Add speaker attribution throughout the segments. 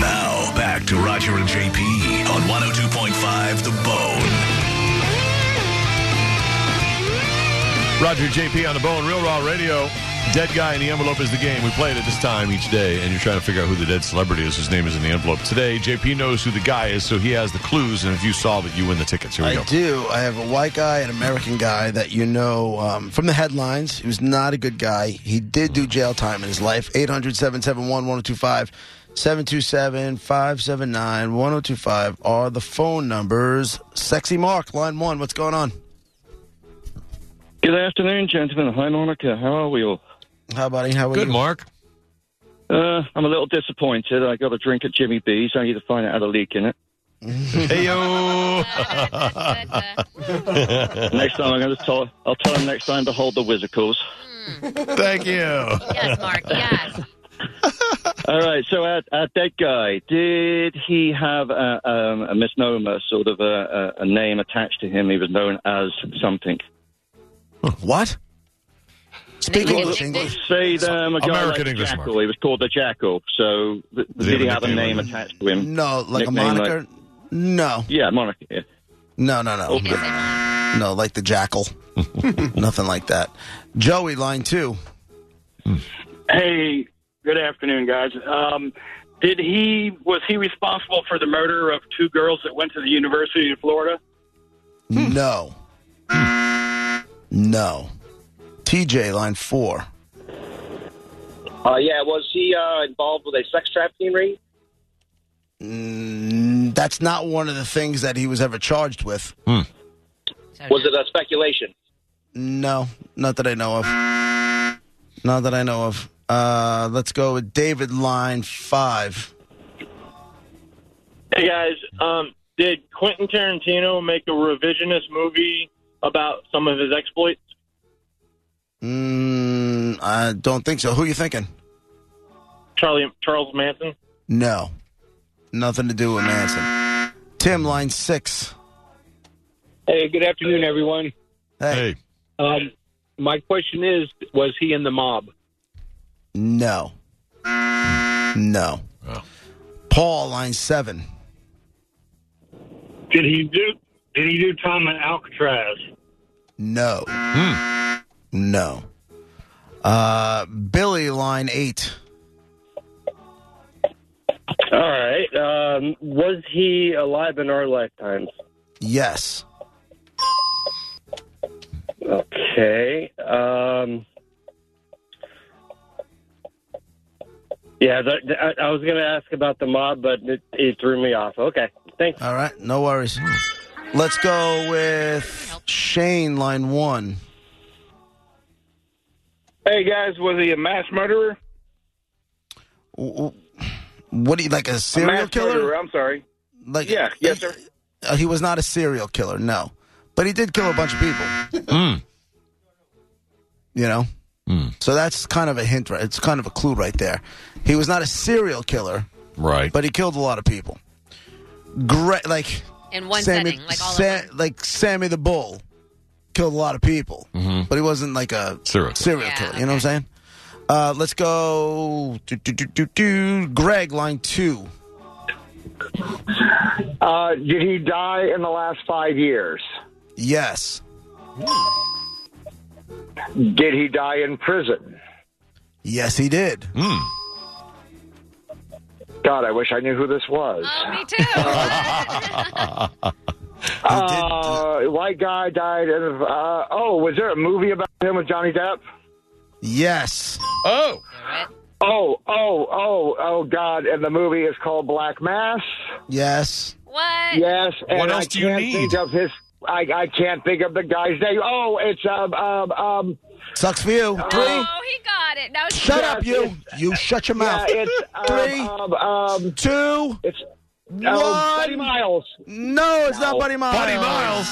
Speaker 1: Now back to Roger and JP on 102.5 The Bone.
Speaker 2: Roger JP on the Bone Real Raw Radio. Dead guy in the envelope is the game. We play it at this time each day, and you're trying to figure out who the dead celebrity is. His name is in the envelope. Today, JP knows who the guy is, so he has the clues, and if you solve it, you win the tickets. Here we
Speaker 3: I
Speaker 2: go.
Speaker 3: do. I have a white guy, an American guy that you know um, from the headlines. He was not a good guy. He did do jail time in his life. 800 771 1025 727 579 1025 are the phone numbers. Sexy Mark, line one. What's going on?
Speaker 4: Good afternoon, gentlemen. Hi, Monica. How are we all?
Speaker 3: Hi, buddy. How are
Speaker 2: Good,
Speaker 3: you?
Speaker 2: Mark.
Speaker 4: Uh, I'm a little disappointed. I got a drink at Jimmy B's only to find out had a leak in it.
Speaker 2: Hey, yo.
Speaker 4: Next time, I'm going to tell. I'll tell him next time to hold the whizzicles.
Speaker 2: Thank you.
Speaker 5: yes, Mark. Yes.
Speaker 4: All right. So, our, our dead guy. Did he have a, um, a misnomer, sort of a, a, a name attached to him? He was known as something.
Speaker 3: What? Speak
Speaker 5: Nick-
Speaker 3: English, English.
Speaker 4: Say um, a guy
Speaker 2: American
Speaker 4: like
Speaker 2: English, Mark.
Speaker 4: Jackal. He was called the Jackal. So, th-
Speaker 2: Did
Speaker 4: did,
Speaker 2: he
Speaker 4: he
Speaker 2: have
Speaker 4: have
Speaker 2: a
Speaker 4: a
Speaker 2: nickname?
Speaker 4: name attached to him?
Speaker 3: No, like a
Speaker 4: Nickname, like-
Speaker 3: moniker? No.
Speaker 4: Yeah, Monica. yeah.
Speaker 3: No, no, no.
Speaker 4: Okay.
Speaker 3: No, like the jackal. Nothing like that. Joey, line two.
Speaker 6: Hey, good afternoon, guys. Um, did he was he responsible for the murder of two girls that went to the University of Florida?
Speaker 3: No. Hmm. No. TJ, line four.
Speaker 7: Uh, yeah, was he uh, involved with a sex trafficking ring?
Speaker 3: Mm, that's not one of the things that he was ever charged with.
Speaker 7: Was it a speculation?
Speaker 3: No, not that I know of. Not that I know of. Uh, let's go with David, line five.
Speaker 6: Hey, guys. Um, did Quentin Tarantino make a revisionist movie about some of his exploits?
Speaker 3: Mm, I don't think so. Who are you thinking?
Speaker 6: Charlie Charles Manson.
Speaker 3: No. Nothing to do with Manson. Tim, line six.
Speaker 8: Hey, good afternoon, everyone.
Speaker 2: Hey.
Speaker 3: Hey.
Speaker 8: Um, my question is, was he in the mob?
Speaker 3: No. No.
Speaker 2: Wow.
Speaker 3: Paul, line seven.
Speaker 6: Did he do Did he do time in Alcatraz?
Speaker 3: No. No. Uh, Billy, line eight.
Speaker 7: All right. Um, was he alive in our lifetimes?
Speaker 3: Yes.
Speaker 7: Okay. Um, yeah, that, that- I, I was going to ask about the mob, but it, it threw me off. Okay, thanks.
Speaker 3: All right. No worries. Let's go with Shane, line one.
Speaker 6: Hey, guys. Was he a mass murderer?
Speaker 3: W- w- What do you like? A serial killer?
Speaker 6: I'm sorry.
Speaker 3: Like
Speaker 6: Yeah, yes, sir.
Speaker 3: Uh, he was not a serial killer. No, but he did kill a bunch of people.
Speaker 2: Mm.
Speaker 3: You know.
Speaker 2: Hmm.
Speaker 3: So that's kind of a hint. Right? It's kind of a clue right there. He was not a serial killer,
Speaker 2: Right.
Speaker 3: but he killed a lot of people. Great, like
Speaker 5: In one
Speaker 3: Sammy,
Speaker 5: setting, like all
Speaker 3: Sa-
Speaker 5: of them.
Speaker 3: like Sammy the Bull killed a lot of people, but he wasn't like a
Speaker 2: Mm-hmm. Serial killer.
Speaker 5: Yeah,
Speaker 3: killer. You know what I'm saying? Uh, let's go. Do, do, do, do, do. Greg, line two.
Speaker 7: Uh, did he die in the last five years?
Speaker 3: Yes.
Speaker 7: Did he die in prison?
Speaker 3: Yes, he did.
Speaker 2: Mm.
Speaker 7: God, I wish I knew who this was.
Speaker 5: Oh, me too.
Speaker 3: He
Speaker 7: Uh, white guy died. In, uh, oh, was there a movie about him with Johnny Depp?
Speaker 3: did. Yes.
Speaker 2: Oh.
Speaker 7: Oh, oh, oh, oh, God! And the movie is called Black Mass.
Speaker 3: Yes.
Speaker 5: what?
Speaker 7: Yes. And
Speaker 2: What else
Speaker 7: I
Speaker 2: do you
Speaker 7: can't
Speaker 2: need?
Speaker 7: Think of his. I, I can't think of the guy's name. Oh, it's um um um.
Speaker 3: Sucks for you. Uh,
Speaker 5: Oh, he got got it. Now she
Speaker 3: Shut
Speaker 5: does.
Speaker 3: up, you. You shut your mouth.
Speaker 6: Yeah, it's um,
Speaker 3: Three,
Speaker 6: um, um,
Speaker 3: two,
Speaker 6: it's um,
Speaker 7: oh,
Speaker 6: Buddy
Speaker 3: one.
Speaker 6: Miles.
Speaker 3: No, it's not Buddy Miles.
Speaker 2: Buddy Miles.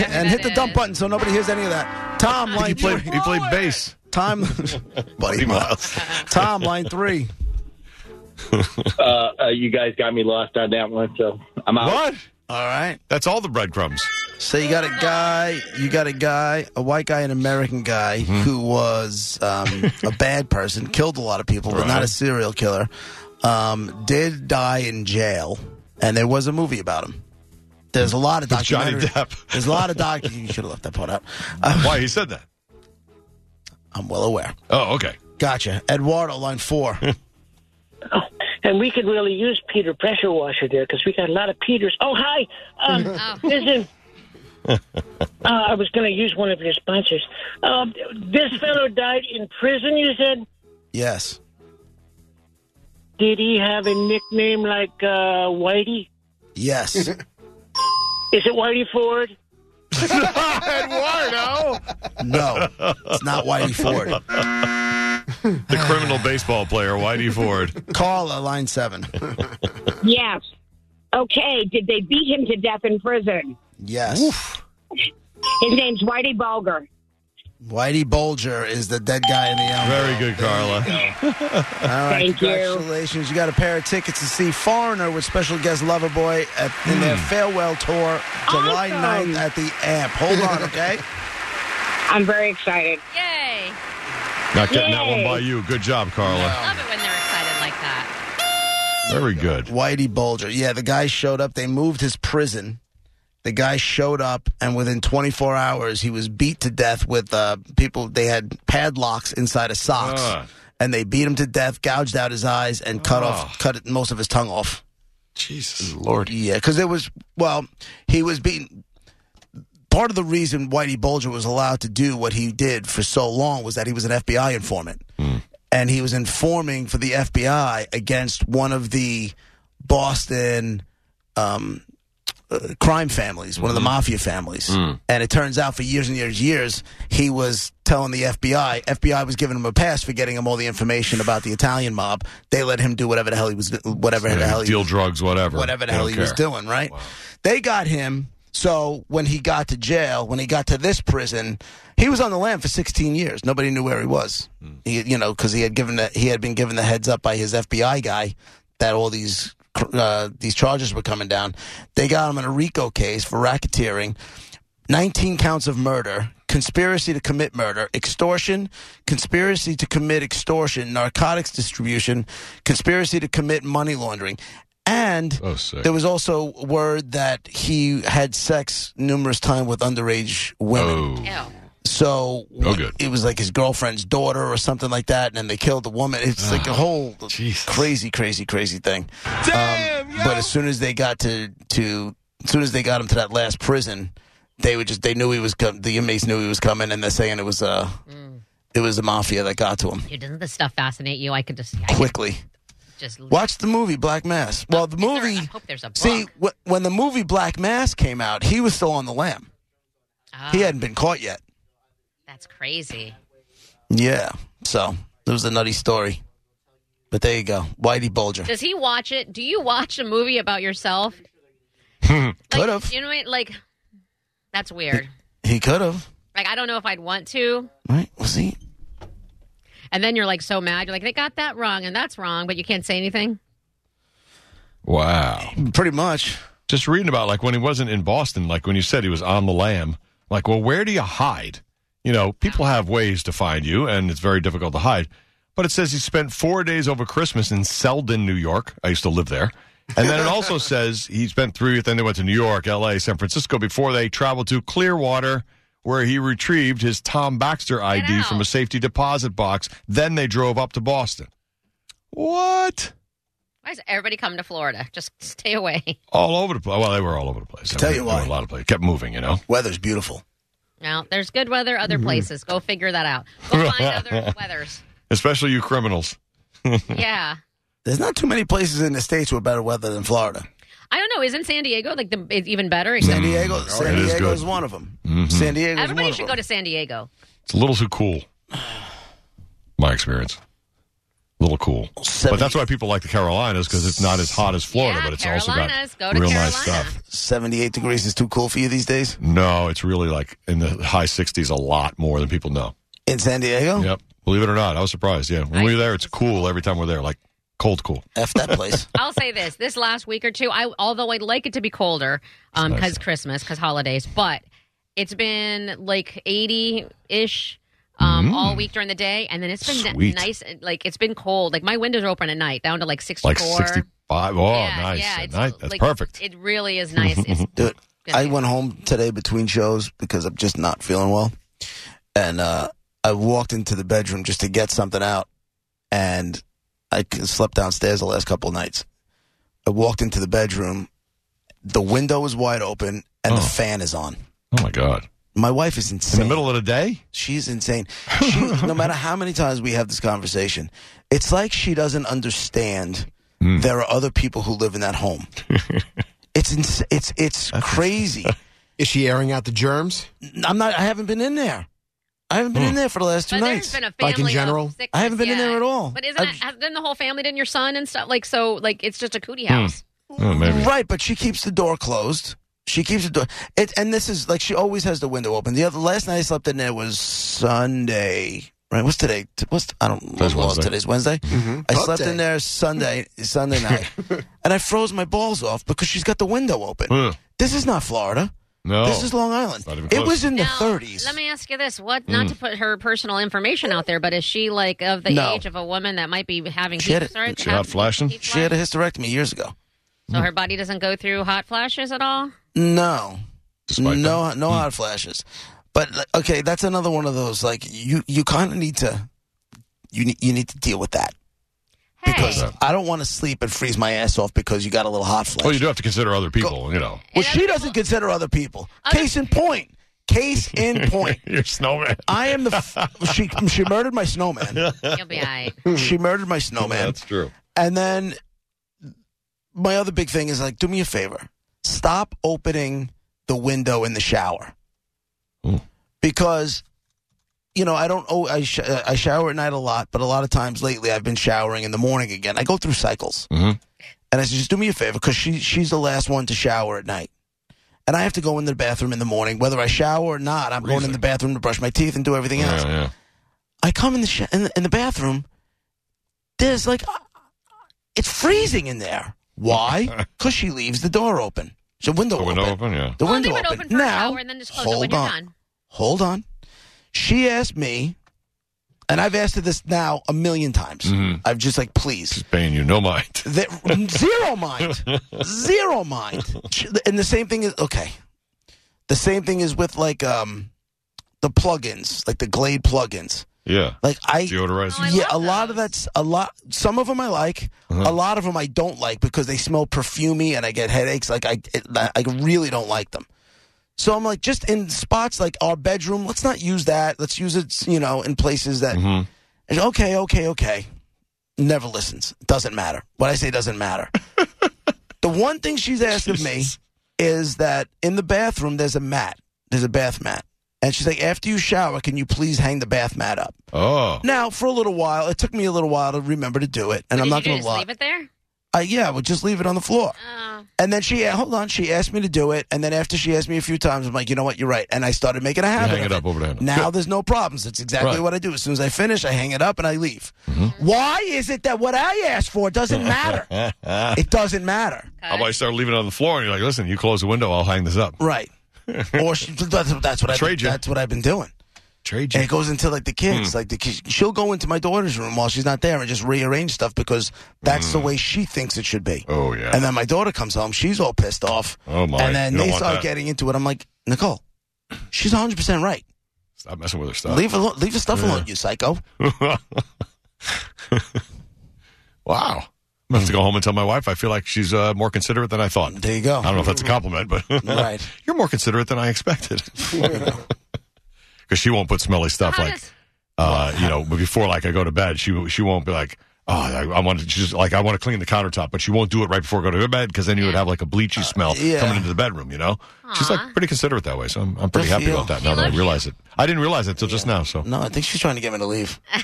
Speaker 3: and hit the dump button so nobody hears any of that. Tom,
Speaker 2: He
Speaker 3: line
Speaker 2: played,
Speaker 3: three.
Speaker 2: he played bass.
Speaker 3: Tom,
Speaker 2: Buddy Miles.
Speaker 3: Tom, line three.
Speaker 8: Uh, uh, you guys got me lost on that one, so I'm out.
Speaker 2: What?
Speaker 3: All right.
Speaker 2: That's all the breadcrumbs.
Speaker 3: So you got a guy, you got a guy, a white guy, an American guy
Speaker 2: Mm-hmm.
Speaker 3: who was um, a bad person, killed a lot of people, but not
Speaker 2: Right.
Speaker 3: a serial killer. Um, did die in jail, and there was a movie about him. There's a lot of
Speaker 2: With Johnny
Speaker 3: documentary-
Speaker 2: Depp.
Speaker 3: There's a lot of doc. You should have left that part out. Uh,
Speaker 2: Why he said that?
Speaker 3: I'm well aware.
Speaker 2: Oh, okay.
Speaker 3: Gotcha. Eduardo, line four.
Speaker 9: And we could really use Peter pressure washer there because we got a lot of Peters. Oh, hi. Um, Listen, uh, I was going to use one of your sponsors. Um, this fellow died in prison, you said?
Speaker 3: yes.
Speaker 9: Did he have a nickname like uh, Whitey?
Speaker 3: Yes.
Speaker 9: Is it Whitey Ford?
Speaker 2: Eduardo!
Speaker 3: No. It's not Whitey Ford.
Speaker 2: The criminal baseball player, Whitey Ford.
Speaker 3: Carla, line seven.
Speaker 10: Yes. Okay. Did they beat him to death in prison?
Speaker 3: Yes.
Speaker 10: His name's Whitey Bulger.
Speaker 3: Whitey Bulger is the dead guy in the elm.
Speaker 2: Very good, Carla.
Speaker 3: All right,
Speaker 10: Thank you.
Speaker 3: congratulations. You got a pair of tickets to see Foreigner with special guest Loverboy at, in their farewell tour July
Speaker 10: Hmm. Awesome.
Speaker 3: 9th at the amp. Hold on, okay?
Speaker 10: I'm very excited.
Speaker 5: Yay.
Speaker 2: Not getting that one
Speaker 10: Yay.
Speaker 2: by you. Good job, Carla.
Speaker 5: Love it when they're excited like that.
Speaker 2: Very good.
Speaker 3: Whitey Bulger. Yeah, the guy showed up. They moved his prison. The guy showed up, and within 24 hours, he was beat to death with uh, people. They had padlocks inside of socks,
Speaker 2: Ah.
Speaker 3: and they beat him to death, gouged out his eyes, and cut
Speaker 2: Ah.
Speaker 3: off, cut most of his tongue off.
Speaker 2: Jesus Lord.
Speaker 3: Yeah, because it was well, he was being part of the reason Whitey Bulger was allowed to do what he did for so long was that he was an FBI informant, and he was informing for the FBI against one of the Boston um, uh, crime families, one of the mafia families, and it turns out for years and years, years he was telling the FBI. FBI was giving him a pass for getting him all the information about the Italian mob. They let him do whatever the hell he was, whatever the hell he
Speaker 2: Deal drugs, whatever.
Speaker 3: whatever the
Speaker 2: They
Speaker 3: hell
Speaker 2: don't
Speaker 3: he was
Speaker 2: care.
Speaker 3: doing, right? They got him. So when he got to jail, when he got to this prison, he was on the lam for 16 years. Nobody knew where he was.
Speaker 2: Hmm.
Speaker 3: He, you know, because he had given the, he had been given the heads up by his FBI guy that all these cr- uh, these charges were coming down. They got him in a RICO case for racketeering, 19 counts of murder, conspiracy to commit murder, extortion, conspiracy to commit extortion, narcotics distribution, conspiracy to commit money laundering, and
Speaker 2: Oh, sick.
Speaker 3: there was also word that he had sex numerous times with underage women.
Speaker 2: Oh.
Speaker 5: Ew.
Speaker 3: So
Speaker 2: No good.
Speaker 3: it was like his girlfriend's daughter or something like that, and then they killed the woman. It's like
Speaker 2: Ah,
Speaker 3: a whole crazy, crazy, crazy thing. Damn, But as soon as they got to to as soon as they got him to that last prison, they would just they knew he was com- the inmates knew he was coming, and they're saying it was uh it was the mafia that got to him
Speaker 5: Dude, doesn't this stuff fascinate you? I could just, I could
Speaker 3: quickly.
Speaker 5: just
Speaker 3: Watch the movie Black Mass. Well, the
Speaker 5: Is there-
Speaker 3: movie.
Speaker 5: I hope there's a book.
Speaker 3: See, wh- when the movie Black Mass came out, he was still on the lam.
Speaker 5: Oh,
Speaker 3: He hadn't been caught yet.
Speaker 5: That's crazy.
Speaker 3: Yeah. So it was a nutty story. But there you go. Whitey Bulger.
Speaker 5: Does he watch it? Do you watch a movie about yourself?
Speaker 3: Hmm. Could
Speaker 5: Like,
Speaker 3: have.
Speaker 5: You know what? I mean? Like, that's weird.
Speaker 3: He could have.
Speaker 5: Like, I don't know if I'd want to.
Speaker 3: Right? Was he?
Speaker 5: And then you're like so mad. You're like, they got that wrong and that's wrong, but you can't say anything.
Speaker 2: Wow.
Speaker 3: Pretty much.
Speaker 2: Just reading about like when he wasn't in Boston, like when you said he was on the lam, like, well, where do you hide? You know, people have ways to find you, and it's very difficult to hide. But it says he spent four days over Christmas in Selden, New York. I used to live there. And then it also says he spent three, then they went to New York, LA, San Francisco before they traveled to Clearwater, where he retrieved his Tom Baxter ID
Speaker 5: out.
Speaker 2: from a safety deposit box. Then they drove up to Boston. What?
Speaker 5: Why does everybody come to Florida? Just stay away.
Speaker 2: all over the place. Well, they were all over the place.
Speaker 3: To tell
Speaker 2: They
Speaker 3: you
Speaker 2: were
Speaker 3: why.
Speaker 2: a lot of places kept moving. You know,
Speaker 3: Weather's beautiful.
Speaker 5: Now, there's good weather other
Speaker 3: Mm-hmm.
Speaker 5: places. Go figure that out. Go find other weathers.
Speaker 2: especially you criminals.
Speaker 5: Yeah.
Speaker 3: There's not too many places in the States with better weather than Florida.
Speaker 5: I don't know. Isn't San Diego like the it's even better?
Speaker 3: San Diego, San
Speaker 2: it is
Speaker 3: Diego
Speaker 2: good.
Speaker 3: Mm. Oh, is, Mm-hmm. one of them. San Diego is one
Speaker 5: Everybody
Speaker 3: of
Speaker 5: should
Speaker 3: them.
Speaker 5: go to San Diego.
Speaker 2: It's a little too cool. my experience. A little cool. But that's why people like the Carolinas because it's not as hot as Florida, but it's
Speaker 5: Carolinas.
Speaker 2: also
Speaker 5: Go
Speaker 2: got
Speaker 5: to
Speaker 2: real
Speaker 5: Carolina.
Speaker 2: nice stuff.
Speaker 3: 78 degrees is too cool for you these days?
Speaker 2: No, it's really like in the high 60s a lot more than people know.
Speaker 3: In San Diego?
Speaker 2: Yep. Believe it or not, I was surprised. Yeah. When we were there, it's cool every time we're there, like cold cool.
Speaker 3: F that place.
Speaker 5: I'll say this: this last week or two, I although I'd like it to be colder, um, because Christmas, because holidays, but it's been like eighty ish. Um,
Speaker 2: Mm.
Speaker 5: All week during the day, and then it's been n-
Speaker 2: Sweet.
Speaker 5: nice. Like it's been cold. Like my windows are open at night, down to like sixty
Speaker 2: like
Speaker 5: four.
Speaker 2: 65. Oh, nice.
Speaker 5: yeah,
Speaker 2: At
Speaker 5: it's
Speaker 2: night, that's
Speaker 5: like,
Speaker 2: perfect.
Speaker 5: It really is nice. It's
Speaker 3: Dude, I went home today between shows because I'm just not feeling well. And uh, I walked into the bedroom just to get something out. And I c- slept downstairs the last couple of nights. I walked into the bedroom. The window is wide open and the fan is on.
Speaker 2: Oh, my God.
Speaker 3: My wife is insane. In the
Speaker 2: middle of the day?
Speaker 3: She's insane. She, no matter how many times we have this conversation, it's like she doesn't understand there are other people who live in that home. it's ins- it's it's crazy.
Speaker 11: Is she airing out the germs?
Speaker 3: I'm not. I haven't been in there. I haven't
Speaker 2: Hmm.
Speaker 3: been in there for the last two
Speaker 5: But
Speaker 3: nights.
Speaker 5: there's been a family of sickness,
Speaker 3: I haven't been in
Speaker 5: yeah.
Speaker 3: there at all.
Speaker 5: But isn't it? Has, didn't the whole family? Didn't your son and stuff? Like so? Like it's just a cootie
Speaker 2: Hmm.
Speaker 5: house.
Speaker 2: Oh,
Speaker 3: Right, but she keeps the door closed. She keeps the door. It, and this is like she always has the window open. The other last night I slept in there was Sunday. Right? What's today? T- What's I don't. What's
Speaker 11: Wednesday.
Speaker 3: today's Wednesday.
Speaker 11: Mhm.
Speaker 3: I
Speaker 11: Hump
Speaker 3: slept
Speaker 11: day.
Speaker 3: in there Sunday. Sunday night, and I froze my balls off because she's got the window open.
Speaker 2: Ugh.
Speaker 3: This is not Florida.
Speaker 2: No.
Speaker 3: This is Long Island.
Speaker 2: Hmm. Oh. Not even
Speaker 3: It
Speaker 2: close.
Speaker 3: was in the
Speaker 5: Now,
Speaker 3: 30s.
Speaker 5: Let me ask you this: What? Not
Speaker 2: Hmm.
Speaker 3: Mm.
Speaker 5: to put her personal information out there, but is she like of the
Speaker 3: No.
Speaker 5: age of a woman that might be having
Speaker 3: She had,
Speaker 5: heat stroke?
Speaker 3: a,
Speaker 5: Have- heat
Speaker 3: She had a
Speaker 5: flash?
Speaker 3: hysterectomy years ago.
Speaker 5: so her body doesn't go through hot flashes at all.
Speaker 3: No. no no
Speaker 2: Hmm.
Speaker 3: hot flashes. But like, okay, that's another one of those like you you kind of need to you need you need to deal with that. Because I don't want to sleep and freeze my ass off because you got a little hot flash.
Speaker 2: Oh, you do have to consider other people, you know.
Speaker 3: well, she doesn't consider other people. Case in point. Case in point. Uh,
Speaker 2: Your snowman.
Speaker 3: I am the f- she she murdered my snowman.
Speaker 5: You'll be all right.
Speaker 3: she murdered my snowman.
Speaker 2: Mm. That's true.
Speaker 3: And then my other big thing is like, do me a favor. Stop opening the window in the shower.
Speaker 2: Mm.
Speaker 3: Because, you know, I don't, oh, I, sh- I shower at night a lot, but a lot of times lately I've been showering in the morning again. I go through cycles.
Speaker 2: Mm-hmm.
Speaker 3: And I said, just do me a favor because she, she's the last one to shower at night. And I have to go into the bathroom in the morning, whether I shower or not. I'm going in the bathroom to brush my teeth and do everything else.
Speaker 2: yeah.
Speaker 3: I come in the, sh- in the in the bathroom. There's like uh, it's freezing in there. Why? Because she leves the door open. The window open.
Speaker 2: window open, yeah.
Speaker 3: The
Speaker 5: Well,
Speaker 3: window
Speaker 5: leave it
Speaker 3: open.
Speaker 5: open for an
Speaker 3: now,
Speaker 5: hour and then just close it
Speaker 3: hold
Speaker 5: when you're
Speaker 3: on.
Speaker 5: done.
Speaker 3: Hold on. She asked me, and I've asked her this now a million times. I've just like, please.
Speaker 2: Paying you no mind.
Speaker 3: That, zero mind. zero mind. She- And the same thing is okay. The same thing is with like um the plugins, like the Glade plugins.
Speaker 2: Yeah.
Speaker 3: Like I
Speaker 2: Deodorizers.
Speaker 3: yeah, a lot of that's a lot. Some of them I like. A lot of them I don't like because they smell perfumey and I get headaches. Like I, it, I really don't like them. So I'm like, just in spots like our bedroom, let's not use that. Let's use it, you know, in places that. And Okay, okay, okay. Never listens. Doesn't matter. What I say doesn't matter. the one thing she's asked of me is that in the bathroom there's a mat. There's a bath mat. And she's like, after you shower, can you please hang the bath mat up?
Speaker 2: Oh.
Speaker 3: Now, for a little while, it took me a little while to remember to do it, and I'm
Speaker 5: Did
Speaker 3: not
Speaker 5: you
Speaker 3: going
Speaker 5: just
Speaker 3: to lie.
Speaker 5: leave it there? Oh,
Speaker 3: I, yeah, I would just leave it on the floor. And then she, uh, hold on, she asked me to do it, and then after she asked me a few times, I'm like, you know what, you're right, and I started making a
Speaker 2: You
Speaker 3: habit.
Speaker 2: hang
Speaker 3: of
Speaker 2: it up over the handle.
Speaker 3: Now there's no problems. It's exactly
Speaker 2: Right. Mm-hmm.
Speaker 3: what I do. As soon as I finish, I hang it up and I leave. Why is it that what I asked for doesn't matter? it doesn't matter.
Speaker 2: How about you start leaving it on the floor and you're like, listen, you close the window, I'll hang this up.
Speaker 3: Right. or she, that's, that's what I
Speaker 2: Trade you.
Speaker 3: that's what I've been doing.
Speaker 2: Trade
Speaker 3: And it goes into like the kids,
Speaker 2: Hmm.
Speaker 3: like the kids, she'll go into my daughter's room while she's not there and just rearrange stuff because that's
Speaker 2: Hmm.
Speaker 3: the way she thinks it should be.
Speaker 2: Oh, yeah.
Speaker 3: And then my daughter comes home, she's all pissed off.
Speaker 2: Oh, my.
Speaker 3: And then
Speaker 2: You don't
Speaker 3: they
Speaker 2: want
Speaker 3: start
Speaker 2: that.
Speaker 3: getting into it. I'm like, Nicole, she's 100 percent right.
Speaker 2: Stop messing with her stuff.
Speaker 3: Leave alone, leave her stuff
Speaker 2: Yeah.
Speaker 3: alone, you psycho.
Speaker 2: wow. I'm going to have to go home and tell my wife I feel like she's uh, more considerate than I thought.
Speaker 3: There you go.
Speaker 2: I don't know if that's a compliment, but
Speaker 3: Right.
Speaker 2: you're more considerate than I expected. Because she won't put smelly stuff like, uh, you know, but before like I go to bed, she she won't be like, oh, I, I want to just like I want to clean the countertop, but she won't do it right before I go to bed because then you would have like a bleachy smell
Speaker 3: Uh, yeah.
Speaker 2: coming into the bedroom. You know, she's like pretty considerate that way, so I'm, I'm pretty
Speaker 3: Good for
Speaker 2: happy
Speaker 3: you.
Speaker 2: about that.
Speaker 3: She
Speaker 2: Now that I
Speaker 3: loves
Speaker 2: realize it, I didn't realize it till just now. So
Speaker 3: no, I think she's trying to get me to leave.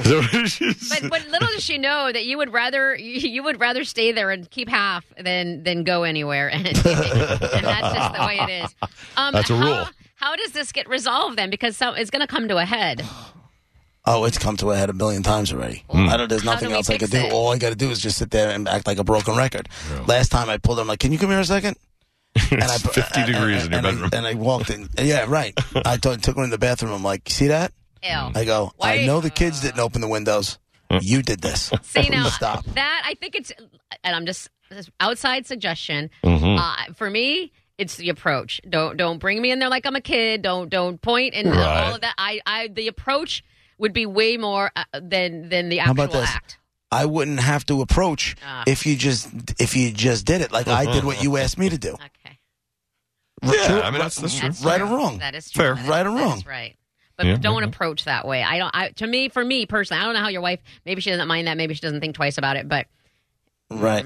Speaker 5: But, but little does she know that you would rather you would rather stay there and keep half than than go anywhere, and, and that's just the way it is. Um,
Speaker 3: That's a
Speaker 5: how-
Speaker 3: rule.
Speaker 5: How, does this get resolved then? Because some, it's going to come to a head.
Speaker 3: Oh, it's come to a head a billion times already.
Speaker 2: Mm.
Speaker 3: I don't. There's
Speaker 5: How
Speaker 3: nothing
Speaker 5: do we
Speaker 3: else I
Speaker 5: fix
Speaker 3: could do.
Speaker 5: it?
Speaker 3: All I got to do is just sit there and act like a broken record. Last time I pulled, her, I'm like, "Can you come here a second? And I,
Speaker 2: 50 degrees in your
Speaker 3: and I-
Speaker 2: bedroom.
Speaker 3: and I walked in. Yeah, right. I t- took her in the bathroom. I'm like, "See that?
Speaker 5: Ew.
Speaker 3: I go. I know the kids didn't open the windows. You did this.
Speaker 5: See now
Speaker 3: stop.
Speaker 5: that I think it's, and I'm just this outside suggestion.
Speaker 2: Mm-hmm.
Speaker 3: Mhm.
Speaker 5: Uh, for me, it's the approach. Don't don't bring me in there like I'm a kid. Don't don't point and all
Speaker 3: Right.
Speaker 5: of that. I I the approach would be way more uh, than than the
Speaker 3: How
Speaker 5: actual
Speaker 3: about this?
Speaker 5: act.
Speaker 3: I wouldn't have to approach
Speaker 5: Ah.
Speaker 3: if you just if you just did it like I did what you asked me to do. Okay.
Speaker 2: Yeah, I mean, that's- that's true. That's
Speaker 3: Right
Speaker 2: true.
Speaker 3: or wrong.
Speaker 5: That is true. That is-
Speaker 3: Right or
Speaker 5: that
Speaker 3: wrong.
Speaker 5: is right. But
Speaker 3: Yeah,
Speaker 5: don't
Speaker 3: yeah.
Speaker 5: approach that way. I don't. I, to me, for me personally, I don't know how your wife. Maybe she doesn't mind that. Maybe she doesn't think twice about it. But
Speaker 3: Right.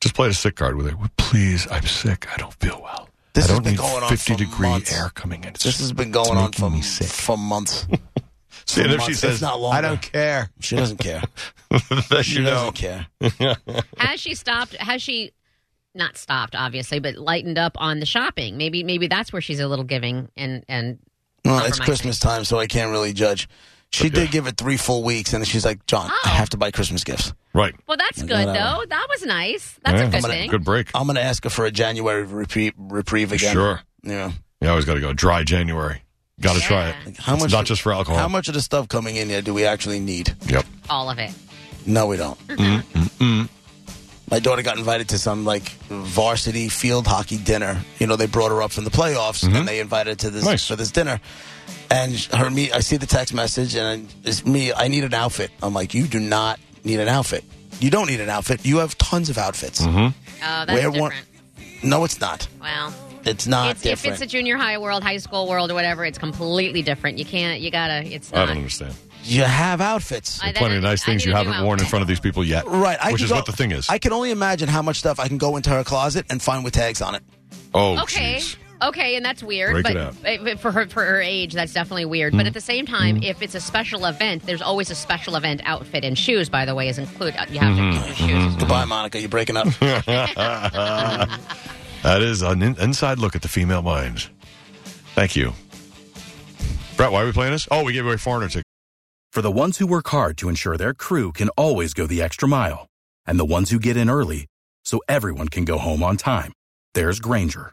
Speaker 2: Just play a sick card with it. Please, I'm sick. I don't feel well.
Speaker 3: This
Speaker 2: I
Speaker 3: has
Speaker 2: don't
Speaker 3: been
Speaker 2: need
Speaker 3: going on
Speaker 2: 50
Speaker 3: for
Speaker 2: degree
Speaker 3: months.
Speaker 2: air coming in. It's
Speaker 3: this
Speaker 2: just-
Speaker 3: has been
Speaker 2: it's
Speaker 3: going on
Speaker 2: making
Speaker 3: for
Speaker 2: me sick.
Speaker 3: for months.
Speaker 2: See,
Speaker 3: For
Speaker 2: and if she
Speaker 3: months.
Speaker 2: says,
Speaker 3: it's not
Speaker 2: "I
Speaker 3: longer.
Speaker 2: don't care,"
Speaker 3: she doesn't care.
Speaker 2: That
Speaker 3: She
Speaker 2: you know.
Speaker 3: doesn't care.
Speaker 5: has she stopped? Has she not stopped? Obviously, but lightened up on the shopping. Maybe maybe that's where she's a little giving and and
Speaker 3: Well, it's Christmas time, so I can't really judge. She did give it three full weeks, and then she's like, "John,
Speaker 2: Oh.
Speaker 3: I have to buy Christmas gifts."
Speaker 2: Right.
Speaker 5: Well, that's
Speaker 3: Like,
Speaker 5: good
Speaker 3: whatever.
Speaker 5: though. That was nice. That's a
Speaker 3: I'm
Speaker 5: good
Speaker 3: gonna-
Speaker 5: thing.
Speaker 2: break.
Speaker 3: I'm going to ask her for a January reprieve, reprieve again.
Speaker 2: Sure.
Speaker 3: Yeah.
Speaker 2: You always got to go dry January. Got to try it.
Speaker 3: How much?
Speaker 2: It's not just for alcohol.
Speaker 3: How much of the stuff coming in here do we actually need?
Speaker 2: Yep.
Speaker 5: All of it.
Speaker 3: No, we don't. My daughter got invited to some like varsity field hockey dinner. You know, they brought her up from the playoffs
Speaker 2: Mm-hmm.
Speaker 3: and they invited her to this for this dinner. And her me, I see the text message and it's me. I need an outfit. I'm like, you do not need an outfit. You don't need an outfit. You have tons of outfits. Mm-hmm.
Speaker 5: Oh, that's different.
Speaker 3: No, it's not.
Speaker 5: Well,
Speaker 3: It's not
Speaker 5: it's, if
Speaker 3: different.
Speaker 5: it's a junior high world, high school world, or whatever, it's completely different. You can't. You gotta. It's
Speaker 2: I
Speaker 5: not.
Speaker 2: don't understand.
Speaker 3: you have outfits.
Speaker 2: There are plenty of nice things you haven't worn in front of these people yet.
Speaker 3: Right, I
Speaker 2: Which
Speaker 3: can
Speaker 2: is
Speaker 3: go-
Speaker 2: what the thing is.
Speaker 3: I can only imagine how much stuff I can go into her closet and find with tags on it.
Speaker 2: Oh,
Speaker 5: okay. Okay, and that's weird,
Speaker 3: Break
Speaker 5: but
Speaker 3: it Hmm. out.
Speaker 5: but- but for her for her age, that's definitely weird. But at the same time, if it's a special event, there's always a special event outfit and shoes. By the way, is included. You have
Speaker 3: Mm-hmm.
Speaker 5: to.
Speaker 2: Mm-hmm.
Speaker 3: Goodbye, Monica. You're breaking up.
Speaker 2: that is an in- inside look at the female mind. Thank you. Brett, why are we playing this? Oh, we gave away foreigner tickets.
Speaker 12: For the ones who work hard to ensure their crew can always go the extra mile, and the ones who get in early so everyone can go home on time, there's Granger,